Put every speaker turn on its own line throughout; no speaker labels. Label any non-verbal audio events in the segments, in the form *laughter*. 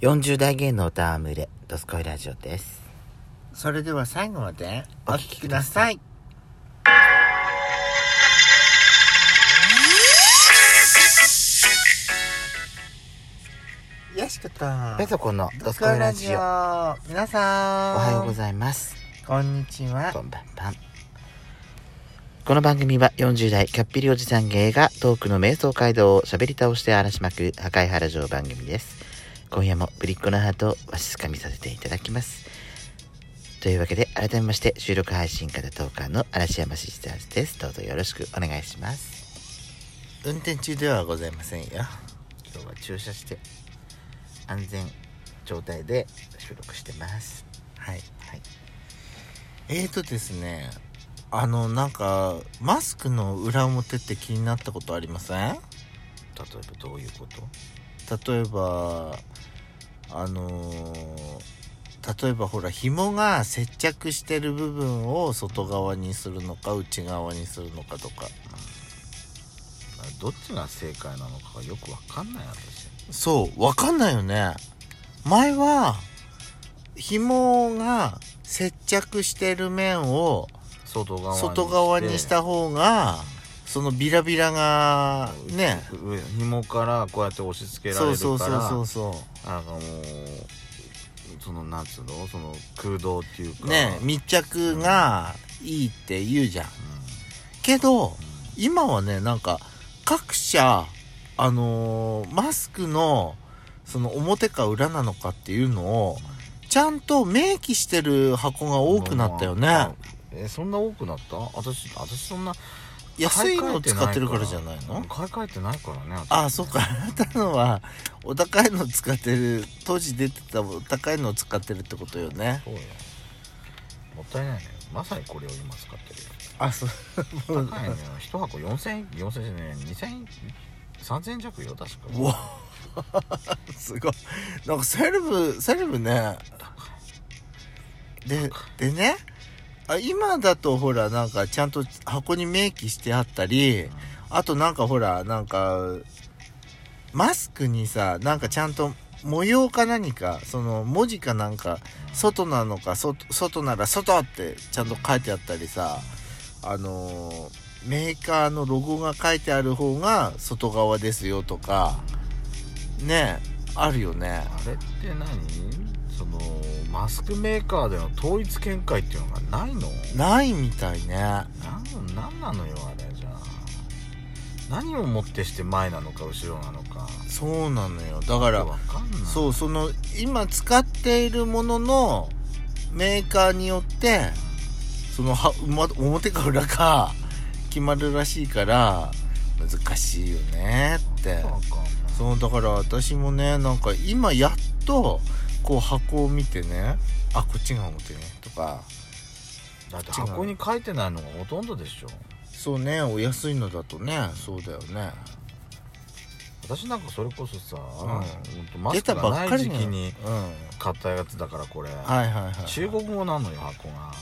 40代芸能ダームレドスコイラジオです
それでは最後まで
お
お聞
聞き
き
く
く
だ
だ
さ
さ
い
い。よしこと。
ペソコのド
ド
ス
ス
コ
コ
イ
イ
ラ
ラ
ジ
ジオ。
オお
皆さん。
はようご
い
ざいます
ます。こんにちは
こ。んばんはこの番組は40代キャッピリおじさん芸がトークの瞑想街道を喋り倒して荒らしまく破壊原城番組です今夜もぶりっ子のハートをわしつかみさせていただきますというわけで改めまして収録配信からトーカーの嵐山シスターズですどうぞよろしくお願いします
運転中ではございませんよ。
今日は駐車して安全状態で収録してます
はい。
はい
えーとですね。あのなんかマスクの裏表って気になったことありません？
例えばどういうこと
例えばあのー例えばほら紐が接着してる部分を外側にするのか内側にするのかとか
どっちが正解なのかがよくわかんない私
そうわかんないよね前は紐が接着してる面を
外側にして
外側にした方がそのビラビラがね
上紐からこうやって押し付けられ
そう
るから
そうそうそうそ
なんかもうそのなんつうのその空洞っていうか
うね密着がいいって言うじゃんけど今はねなんか各社あのーマスクのその表か裏なのかっていうのをちゃんと明記してる箱が多くなったよね
えそんな多くなった私私そんな
安いのを使ってるからじゃないの
買い替えてないからね
ああそっかあなたのはお高いの使ってる当時出てたお高いのを使ってるってことよね
そうよもったいないねまさにこれを今使ってるよ
あ *laughs* そう
高いのよ1箱4000円4000円じゃない2000 3000円弱よ確か
うわすごいなんかセレブセレブねででねあ今だとほらなんかちゃんと箱に明記してあったりあとなんかほらなんかマスクにさなんかちゃんと模様か何かその文字かなんか外なのか外外なら外ってちゃんと書いてあったりさあのーメーカーのロゴが書いてある方が外側ですよとかねあるよね
あれって何そのマスクメーカーでの統一見解っていうのがないの
ないみたいね
なんなんなのよあれじゃあ何をもってして前なのか後ろなのか
そうなのよだか
わ
ら
かんない
そうその今使っているもののメーカーによってそのは、ま、表か裏か決まるらしいから難しいよねって
わかんない
そのだから私もねなんか今やっとこう箱を見てねあこっちが表ねとか
だって
違う
箱に書いてないのがほとんどでしょ
そうねお安いのだとねそうだよね
私なんかそれこそさ、
ん
ほんとマスクがない時期に
うん
買ったやつだからこれ、
はいはいはい
中国語なのよ箱が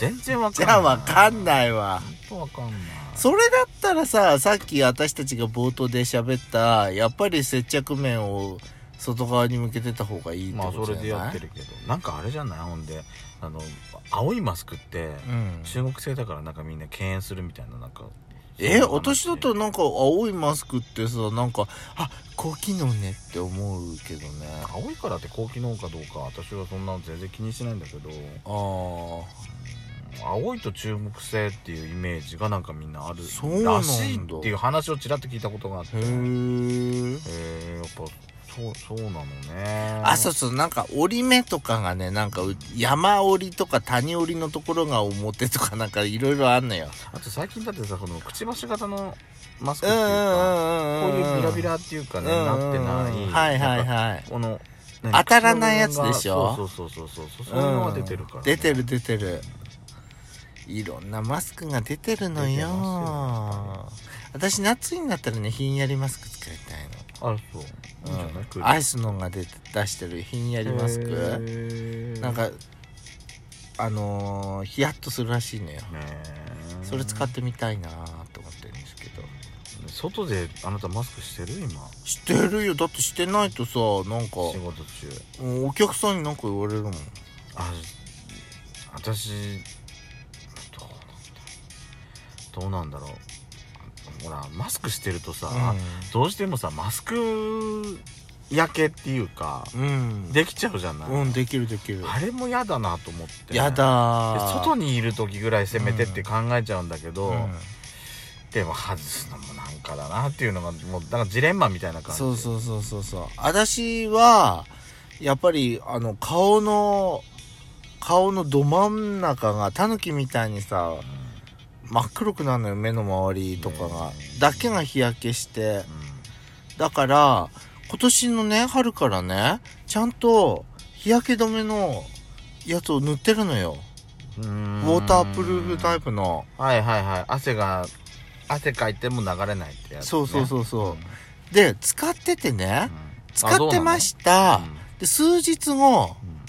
全然わか
じ
んない
ゃあわかんないわ
ほんとわかんない
それだったらささっき私たちが冒頭で喋ったやっぱり接着面を外側に向けてた方がいいって
ま
こ
あ
と
そ
じゃ
れ
ない
でやってるけどなんかあれじゃないほんであの青いマスクって
うん
中国製だからなんかみんな敬遠するみたいななんか
え
そういう話
私だとなんか青いマスクってさなんかあ高機能ねって思うけどね
青いからって高機能かどうか私はそんなの全然気にしないんだけど
ああ
青いと中国製っていうイメージがなんかみんなある
そうなんだ
らしいっていう話をちらっと聞いたことがあって
へ
へ
え
えやっぱそうそうなのね
あそうそうなんか折り目とかがねなんかう山折りとか谷折りのところが表とかなんかいろいろあんのよ
あと最近だってさこのくちばし型のマスク
う
っ
ん
て
う
いうんかこ
うん
ういうビラビ
ラ
ラっていうかねなってない
はいはい
なんか
はい
この
当たらないやつでしょ
そうそうそうそうそうそういうのが出てるから、
出てる出てるいろんなマスクが出てるのよ
出てます
私夏になったらねひんやりマスク作りたいの
あそういいんじゃない、
うんアイスのが出て出してるひんやりマスク
ク
なんかあのーヒヤッとするらしいのよそれ使ってみたいなと思ってるんですけど
そ外であなたマスクしてる今
してるよだってしてないとさなんか
仕事中
うんお客さんになんか言われるもん
あ私どうなんだどうなんだろうほらマスクしてるとさ、どうしてもさマスク焼けっていうか
うん
できちゃうじゃない、
うんできるできる
あれも嫌だなと思って
やだ
で
ー
外にいる時ぐらいせめてって考えちゃうんだけど、
うん
でも外すのもなんかだなっていうのがもうなんかジレンマみたいな感じ
そうそうそうそうそう私はやっぱりあの顔の顔のど真ん中がタヌキみたいにさ
うん、
真っ黒くなるのよ目の周りとかが
ねえ
だけが日焼けしてだから今年のね春からねちゃんと日焼け止めのやつを塗ってるのよ
うん
ウォータープルーフタイプの
はいはいはい汗が汗かいても流れないってやつ、ね、
そうそうそうそう
うん
で使っててね使ってまし
あ
た
そうなの
で数日後
うんうん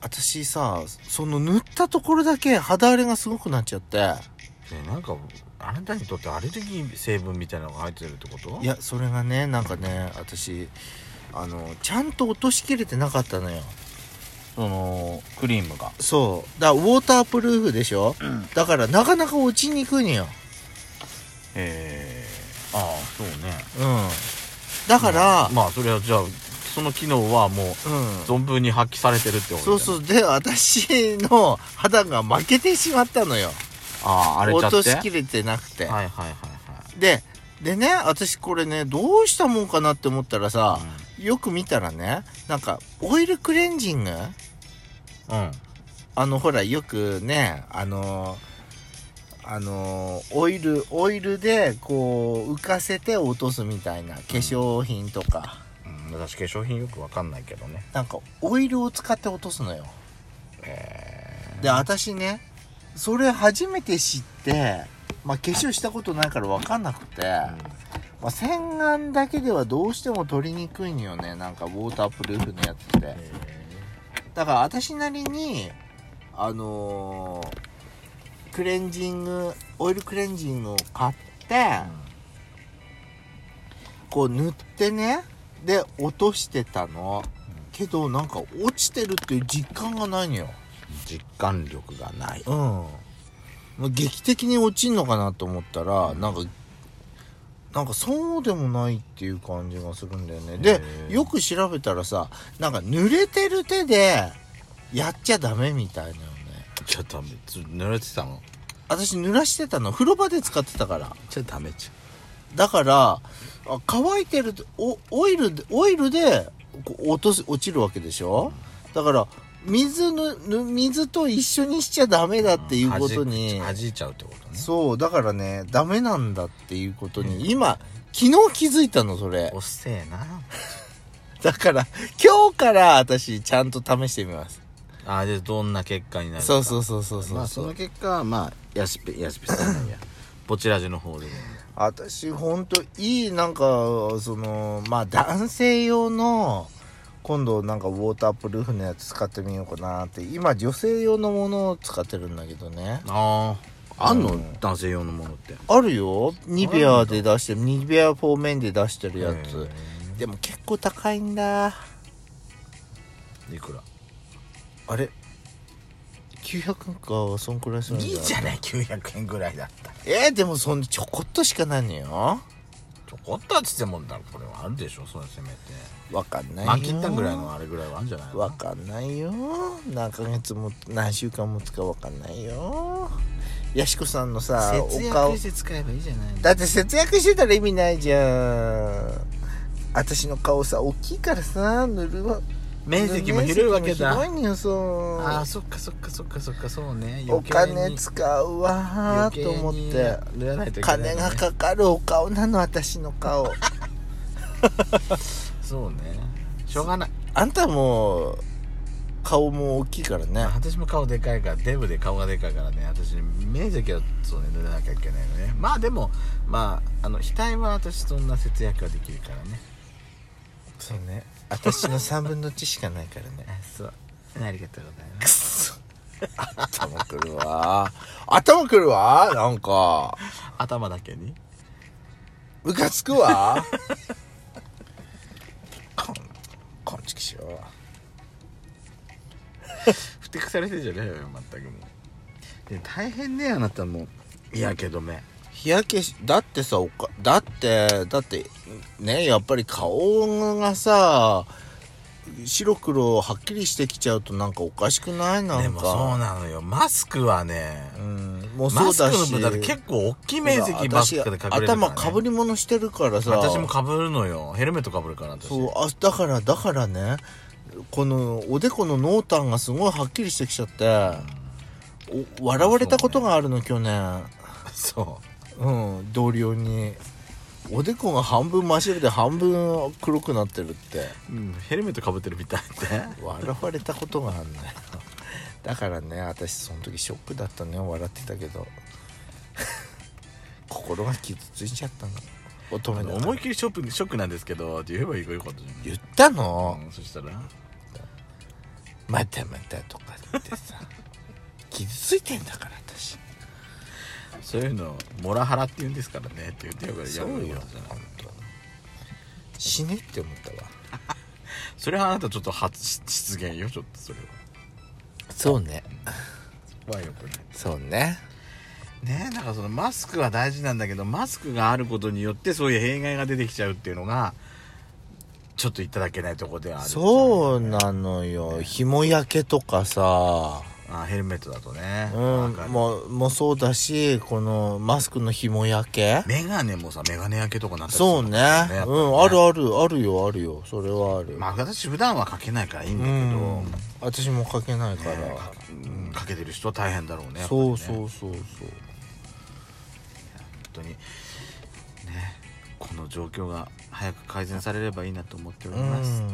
私さその塗ったところだけ肌荒れがすごくなっちゃって
ねなんかあなたにとってアレルギー成分みたいなのが入ってるってこと
いやそれがねなんかね私あのちゃんと落としきれてなかったのよ
そのクリームが
そうだからウォータープルーフでしょ、だからなかなか落ちにくいのよ
えー、ああそうね
うんだから、
まあそれはじゃあその機能はもう
うん
存分に発揮されてるってこと
そうそうで私の肌が負けてしまったのよ
ああ荒れちゃ
落
って
としきれてなくて、
はいはいはい
ででね私これねどうしたもんかなって思ったらさ
は、い
よく見たらねなんかオイルクレンジング
うん、うん
あのほらよくねあのあのオイルオイルでこう浮かせて落とすみたいな化粧品とか、
うん私化粧品よくわかんないけどね
なんかオイルを使って落とすのよ
え
で私ねそれ初めて知ってまあ化粧したことないから分かんなくて、
ー
まあ、洗顔だけではどうしても取りにくいのよねなんかウォータープルーフのやつって、
え
だから私なりにあのークレンジングオイルクレンジングを買って
ー
こう塗ってねで落としてたのけどなんか落ちてるっていう実感がないのよ
実感力がない
うんもう劇的に落ちんのかなと思ったらなんかなんかそうでもないっていう感じがするんだよねで
へー
よく調べたらさなんか濡れてる手でやっちゃダメみたいなよね
ちょっとダメつ濡れてたの
私濡らしてたの風呂場で使ってたから
ちょっとダメじ
だからあ乾いてるとおオイルでオイルでこう落とす落ちるわけでしょだから水のぬ水と一緒にしちゃダメだ
ゃん
っていうことに、
弾弾いちゃうってことね
そうだからねダメなんだっていうことに、
うん
今昨日気づいたのそれ
おっせえな
だから今日から私ちゃんと試してみます
あーでどんな結果になるか
そうそうそうそうそ
まあ
う
そ
そう
の結果はまあヤシピヤシピさんなん *coughs* やポチラジの方でも
私ほんといいなんかそのまあ男性用の今度なんかウォータープルーフのやつ使ってみようかなって今女性用のものを使ってるんだけどね
あああんの、
うん
男性用のものって
あるよニベアで出してるニベアフォーメンで出してるやつ
へ
でも結構高いんだ
ーいくら
あれ900かそんくらいするんだ
いいじゃない900円ぐらいだった
えー、でもそんちょこっとしかないのよ
ちょこっとはつってもんだろこれはあるでしょそれせめて
わかんないよ
満喫ったぐらいのあれぐらいはあるんじゃないの
わかんないよ何ヶ月も何週間もつかわかんないよやしこさんのさお顔
て使えばいいじゃない
だって節約してたら意味ないじゃん私の顔さ大きいからさ塗るわ
面積も広いわけ
面積
だ
も広いのよそう
ああそっかそっかそっかそっかそうね
お金
っ
使うわーと思って
塗らないといけない、ね、
金がかかるお顔なの私の
*laughs*
顔
そうねしょうがない
あんたも顔も大きいからね
私も顔でかいからデブで顔がでかいからね私面積はそうね塗らなきゃいけないよねまあでもまああの額は私そんな節約はできるからね
そうね私の3分の1しかないからね
あそうありがとうございま
くっ
す
そ頭くるわ頭くるわなんか
頭だけに
ムカつくわこんこんちきしよう
ふてくされてんじゃねえよ全くもうで大変ねあなたも日焼け止め
日焼けしだってさおかだってだってねやっぱり顔がさ白黒はっきりしてきちゃうとなんかおかしくないなんか
でもそうなのよマスクはね
うんもうそ
マ
う
スク
だ
の
し
分だって結構大きい面積マスクで隠れてるから、ね、
頭かぶり物してるからさ
私もかぶるのよヘルメットかぶるから私
そうあだからだからねこのおでこの濃淡がすごいはっきりしてきちゃってお笑われたことがあるの、去年
そ
うん同僚におでこが半分真っ白で半分黒くなってるって
う、うん、ヘルメットかぶってるみたいで *laughs*
笑われたことがあんのよ *laughs* だからね私その時ショックだったね笑ってたけ *laughs* ど心が傷ついちゃったの乙女だから
思いっきりショックショックなんですけどって言えばいいかよかったじゃん
言ったの、
うんそしたら
またまたとかってさ
*laughs*
傷ついてんだから私
そういうのモラハラって言うんですからねって言ってやるからやばいよ
本当死ねって思ったわ
それはあなたちょっと発失言よちょっとそれは
そうね
怖いよこれ
そうね
ねえだからそのマスクは大事なんだけどマスクがあることによってそういう弊害が出てきちゃうっていうのがちょっといただけないとこではある
そうなのよ紐焼けとかさ
あヘルメットだとね
う
わ
ん
かる
もうもうそうだしこのマスクの紐焼け
メガネもさメガネ焼けとかなったりする
そうね
やっぱり
うんあるあるあるよあるよそれはある、
まあ私普段はかけないからいいん
う
だけど、
ん私も書けないから、
ねかうんかけてる人は大変だろうね
そ
や
う
っぱりね
そうそうそう
本当にねこの状況が早く改善されればいいなと思っており
う
ます、
ん